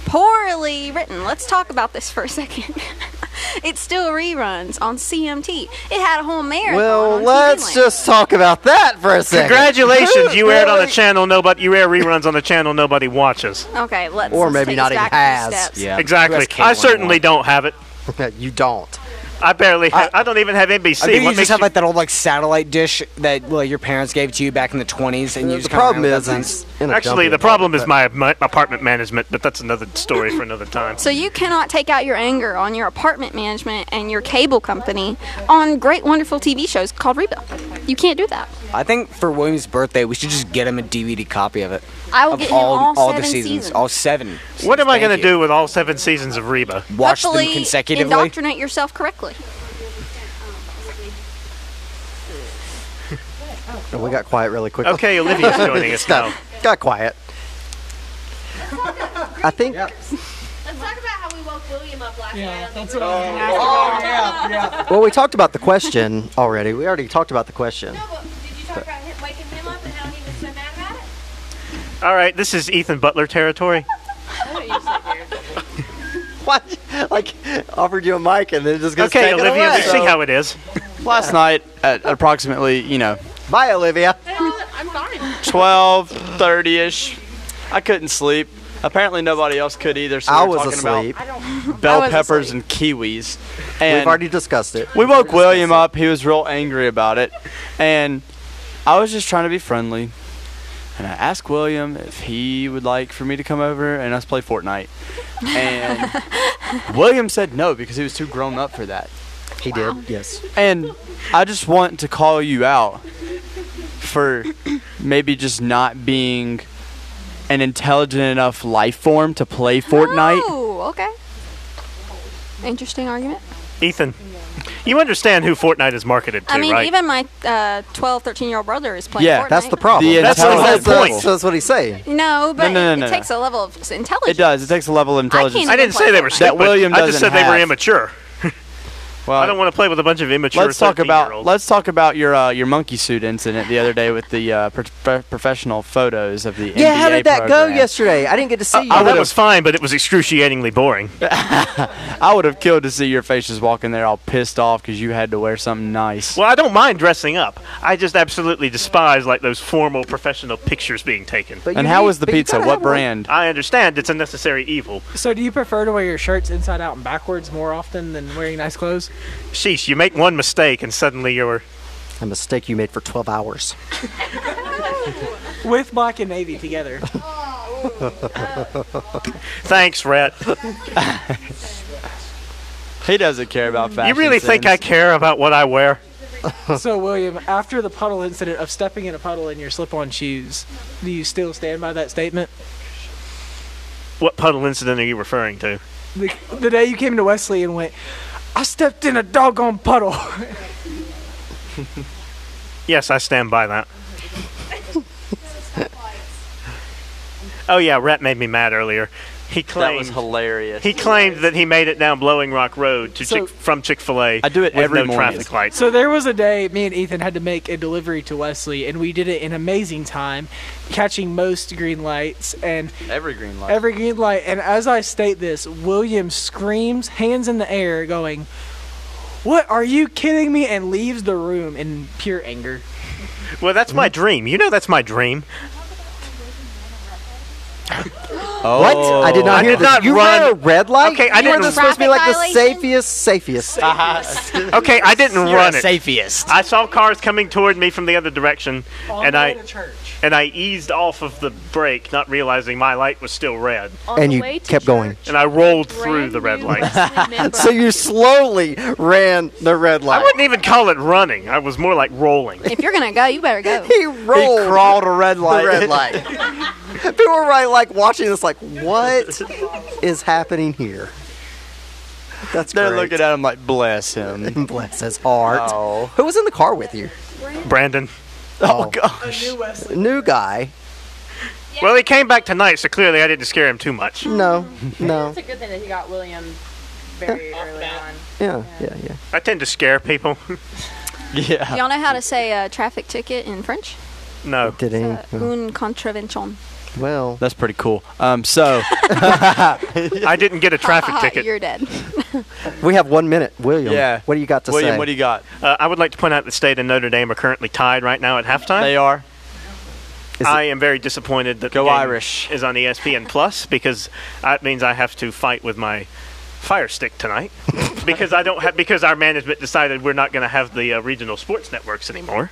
Speaker 8: Poorly written. Let's talk about this for a second. it still reruns on CMT. It had a whole marathon.
Speaker 1: Well,
Speaker 8: on TV
Speaker 1: let's
Speaker 8: Land.
Speaker 1: just talk about that for a second.
Speaker 7: Congratulations, you aired on a channel nobody you air reruns on a channel nobody watches.
Speaker 8: Okay, let's.
Speaker 1: Or
Speaker 8: let's
Speaker 1: maybe
Speaker 8: take us
Speaker 1: not even
Speaker 8: back a few
Speaker 1: has.
Speaker 8: steps.
Speaker 6: Yeah.
Speaker 7: Exactly. I certainly don't have it.
Speaker 1: channel. you don't.
Speaker 7: I barely. Ha- I, don't even have NBC.
Speaker 2: I think
Speaker 7: What
Speaker 2: you
Speaker 7: makes
Speaker 2: just have
Speaker 7: you-
Speaker 2: like that old like satellite dish that well your parents gave to you back in the 20s, and you
Speaker 1: The
Speaker 2: just come around
Speaker 1: problem
Speaker 2: with
Speaker 1: is,
Speaker 2: that thing.
Speaker 1: it's in a
Speaker 7: Actually,
Speaker 1: dump yard,
Speaker 7: the problem is
Speaker 1: but-
Speaker 7: my, my apartment management, but that's another story for another time.
Speaker 8: So you cannot take out your anger on your apartment management and your cable company on great, wonderful TV shows called Reba. You can't do that.
Speaker 2: I think for William's birthday, we should just get him a DVD copy of it.
Speaker 8: I will
Speaker 2: Of
Speaker 8: get
Speaker 2: all
Speaker 8: him all,
Speaker 2: all
Speaker 8: seven
Speaker 2: the seasons,
Speaker 8: seasons.
Speaker 2: all seven.
Speaker 7: What am I
Speaker 2: Thank
Speaker 7: going to
Speaker 2: you.
Speaker 7: do with all seven seasons of Reba?
Speaker 2: Watch them
Speaker 8: Hopefully
Speaker 2: consecutively.
Speaker 8: Indoctrinate yourself correctly.
Speaker 1: We got quiet really quick.
Speaker 7: Okay, Olivia's joining us now.
Speaker 1: got quiet. I think
Speaker 10: Let's talk about how we woke William up last
Speaker 9: Yeah,
Speaker 10: night.
Speaker 9: that's what I was gonna ask.
Speaker 1: well, we talked about the question already. We already talked about the question.
Speaker 10: No, but did you talk about him waking him up and how he was so mad about it?
Speaker 7: All right, this is Ethan Butler territory.
Speaker 1: What? Like offered you a mic and then just gets
Speaker 7: Okay,
Speaker 1: taken
Speaker 7: Olivia,
Speaker 1: away.
Speaker 7: we see how it is.
Speaker 2: Last night at approximately, you know,
Speaker 1: Bye, Olivia.
Speaker 10: I'm fine.
Speaker 11: 12, 30 ish. I couldn't sleep. Apparently nobody else could either. So
Speaker 1: I
Speaker 11: we were
Speaker 1: was
Speaker 11: talking
Speaker 1: asleep.
Speaker 11: about bell
Speaker 8: I was
Speaker 11: peppers
Speaker 8: asleep.
Speaker 11: and kiwis.
Speaker 1: We've
Speaker 11: And
Speaker 1: already discussed it.
Speaker 11: we woke William up. He was real angry about it, and I was just trying to be friendly. And I asked William if he would like for me to come over and us play Fortnite. And William said no because he was too grown up for that.
Speaker 1: He did. Yes.
Speaker 11: And I just want to call you out for maybe just not being an intelligent enough life form to play Fortnite.
Speaker 8: Oh, okay. Interesting argument.
Speaker 7: Ethan, you understand who Fortnite is marketed to,
Speaker 8: I mean,
Speaker 7: right?
Speaker 8: even my uh, 12, 13 year old brother is playing
Speaker 11: Yeah,
Speaker 8: Fortnite.
Speaker 1: That's the problem.
Speaker 11: The
Speaker 7: That's the whole
Speaker 1: that's,
Speaker 7: point.
Speaker 1: that's- that's what he's saying.
Speaker 8: No, but
Speaker 11: no, no,
Speaker 8: it
Speaker 11: no,
Speaker 8: takes a level of s- intelligence.
Speaker 11: It does. It takes a level of intelligence.
Speaker 8: can't
Speaker 7: I didn't say they were
Speaker 8: That
Speaker 7: stupid.
Speaker 11: William
Speaker 7: I just
Speaker 11: doesn't
Speaker 7: said they were
Speaker 11: have.
Speaker 7: immature.
Speaker 11: Well,
Speaker 7: I don't want to play with a bunch of immature.
Speaker 11: let's talk about
Speaker 7: 13-year-olds.
Speaker 11: let's talk about your uh, your monkey suit incident the other day with the uh, pro- professional photos of the
Speaker 1: Yeah,
Speaker 11: NBA
Speaker 1: how did that go
Speaker 11: program.
Speaker 1: yesterday? I didn't get to see you.
Speaker 7: Oh, that was fine, but it was excruciatingly boring.
Speaker 11: I would have killed to see your face just walking there all pissed off because you had to wear something nice.
Speaker 7: Well, I don't mind dressing up. I just absolutely despise like those formal professional pictures being taken.
Speaker 1: But you
Speaker 11: and how
Speaker 1: need-
Speaker 11: was the
Speaker 1: but you
Speaker 11: pizza?
Speaker 1: gotta
Speaker 11: What
Speaker 1: have one-
Speaker 11: brand?
Speaker 7: I understand it's a necessary evil.
Speaker 9: So, do you prefer to wear your shirts inside out and backwards more often than wearing nice clothes?
Speaker 7: Sheesh, you make one mistake and suddenly you're.
Speaker 1: A mistake you made for 12 hours.
Speaker 9: With black and navy together.
Speaker 7: Thanks, Rhett.
Speaker 11: He doesn't care about fashion.
Speaker 7: You really think I
Speaker 11: sense.
Speaker 7: care about what I wear?
Speaker 9: so, William, after the puddle incident of stepping in a puddle in your slip on shoes, do you still stand by that statement?
Speaker 7: What puddle incident are you referring to?
Speaker 9: The, the day you came to Wesley and went, I stepped in a doggone puddle.
Speaker 7: Yes, I stand by that. oh yeah, Rhett made me mad earlier. He
Speaker 11: That was
Speaker 7: claimed
Speaker 11: hilarious.
Speaker 7: he claimed that he made it down Blowing Rock Road to
Speaker 9: So-
Speaker 7: Chick- from Chick Fil A.
Speaker 11: I do it
Speaker 7: with
Speaker 11: every
Speaker 7: no
Speaker 11: morning.
Speaker 7: traffic lights.
Speaker 9: So there was a day me and Ethan had to make a delivery to Wesley, and we did it in amazing time, catching most green lights and
Speaker 11: Every green light.
Speaker 9: every green light. And as I state this, William screams, hands in the air, going, "What are you kidding me?" and leaves the room in pure anger.
Speaker 7: Well, that's my
Speaker 11: Mm-hmm.
Speaker 7: dream. You know, that's my dream.
Speaker 1: What?
Speaker 11: Oh.
Speaker 1: I did not
Speaker 7: I
Speaker 1: hear
Speaker 7: did
Speaker 1: this.
Speaker 7: not
Speaker 1: you ran
Speaker 7: run-
Speaker 1: a red light?
Speaker 7: Okay, I
Speaker 1: you were
Speaker 7: didn't-
Speaker 1: just supposed to be like
Speaker 8: Traffic
Speaker 1: the
Speaker 8: violation?
Speaker 1: safest, safest.
Speaker 11: Uh-huh.
Speaker 7: Okay, I didn't run it.
Speaker 2: Safest.
Speaker 7: I saw cars coming toward me from the other direction, and I
Speaker 9: church.
Speaker 7: and I eased off of the brake, not realizing my light was still red,
Speaker 5: On
Speaker 1: And
Speaker 5: the
Speaker 1: you
Speaker 5: way to
Speaker 1: kept going.
Speaker 5: church,
Speaker 7: and I rolled
Speaker 5: brand
Speaker 7: through the red
Speaker 5: new
Speaker 7: light.
Speaker 5: Wesley member-
Speaker 1: so you slowly ran the red
Speaker 7: I
Speaker 1: light.
Speaker 7: wouldn't even call it running. I was more like rolling.
Speaker 8: If you're gonna go, you better go.
Speaker 1: he rolled.
Speaker 11: He crawled a red light.
Speaker 1: the red light. People were right, like watching this, like, what is happening here? That's
Speaker 11: They're
Speaker 1: great.
Speaker 11: looking at him like, bless him.
Speaker 1: And bless his heart.
Speaker 11: Oh.
Speaker 1: Who was in the car with you?
Speaker 7: Brandon.
Speaker 1: Oh,
Speaker 11: Gosh.
Speaker 1: new guy.
Speaker 7: Well, he came back tonight, so clearly I didn't scare him too much.
Speaker 1: No, no.
Speaker 10: a good thing that he got William very early on.
Speaker 1: Yeah, yeah, yeah.
Speaker 7: I tend to scare people.
Speaker 11: Yeah.
Speaker 8: Y'all know how to say a traffic ticket in French?
Speaker 7: no.
Speaker 1: Did he?
Speaker 8: Uh, une contravention.
Speaker 1: Well,
Speaker 11: That's pretty cool. Um, so,
Speaker 7: I didn't get a traffic
Speaker 8: Ah,
Speaker 7: ticket.
Speaker 8: You're dead.
Speaker 1: we have one minute, William.
Speaker 11: Yeah.
Speaker 1: What do you got to
Speaker 11: William,
Speaker 1: say?
Speaker 11: what do you got?
Speaker 7: Uh, I would like to point out that State and Notre Dame are currently tied right now at halftime.
Speaker 11: They are.
Speaker 1: Is it-
Speaker 7: I am very disappointed that
Speaker 11: Go
Speaker 7: the game
Speaker 11: Irish.
Speaker 7: is on E ESPN Plus because that means I have to fight with my Fire Stick tonight because I don't have because our management decided we're not going to have the uh, regional sports networks anymore.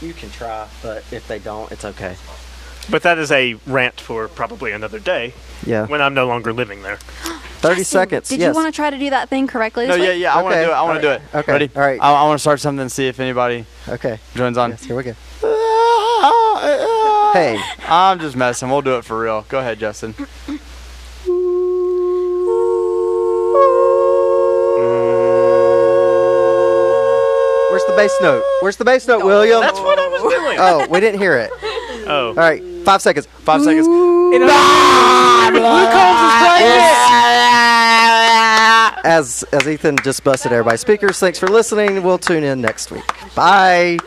Speaker 1: You can try, but if they don't, it's okay.
Speaker 7: But that is a rant for probably another day
Speaker 1: Yeah.
Speaker 7: when I'm no longer living there.
Speaker 1: Thirty seconds.
Speaker 8: Did you
Speaker 1: yes.
Speaker 8: want to try to do that thing correctly?
Speaker 11: No,
Speaker 8: This
Speaker 11: yeah,
Speaker 8: week?
Speaker 11: yeah. I want to
Speaker 1: Okay.
Speaker 11: do it. I want to do it.
Speaker 1: Okay.
Speaker 11: Ready?
Speaker 1: All right.
Speaker 11: I, I want to start something and see if anybody
Speaker 1: Okay.
Speaker 11: joins on.
Speaker 1: Yes, here we go. Hey,
Speaker 11: I'm just messing. We'll do it for real. Go ahead, Justin.
Speaker 1: where's the bass note? Where's the bass note, William?
Speaker 7: That's what I was doing.
Speaker 1: Oh, we didn't hear it.
Speaker 7: Oh,
Speaker 1: All right, Five seconds. Five seconds. As as Ethan just busted everybody's speakers. Thanks for listening. We'll tune in next week. Bye.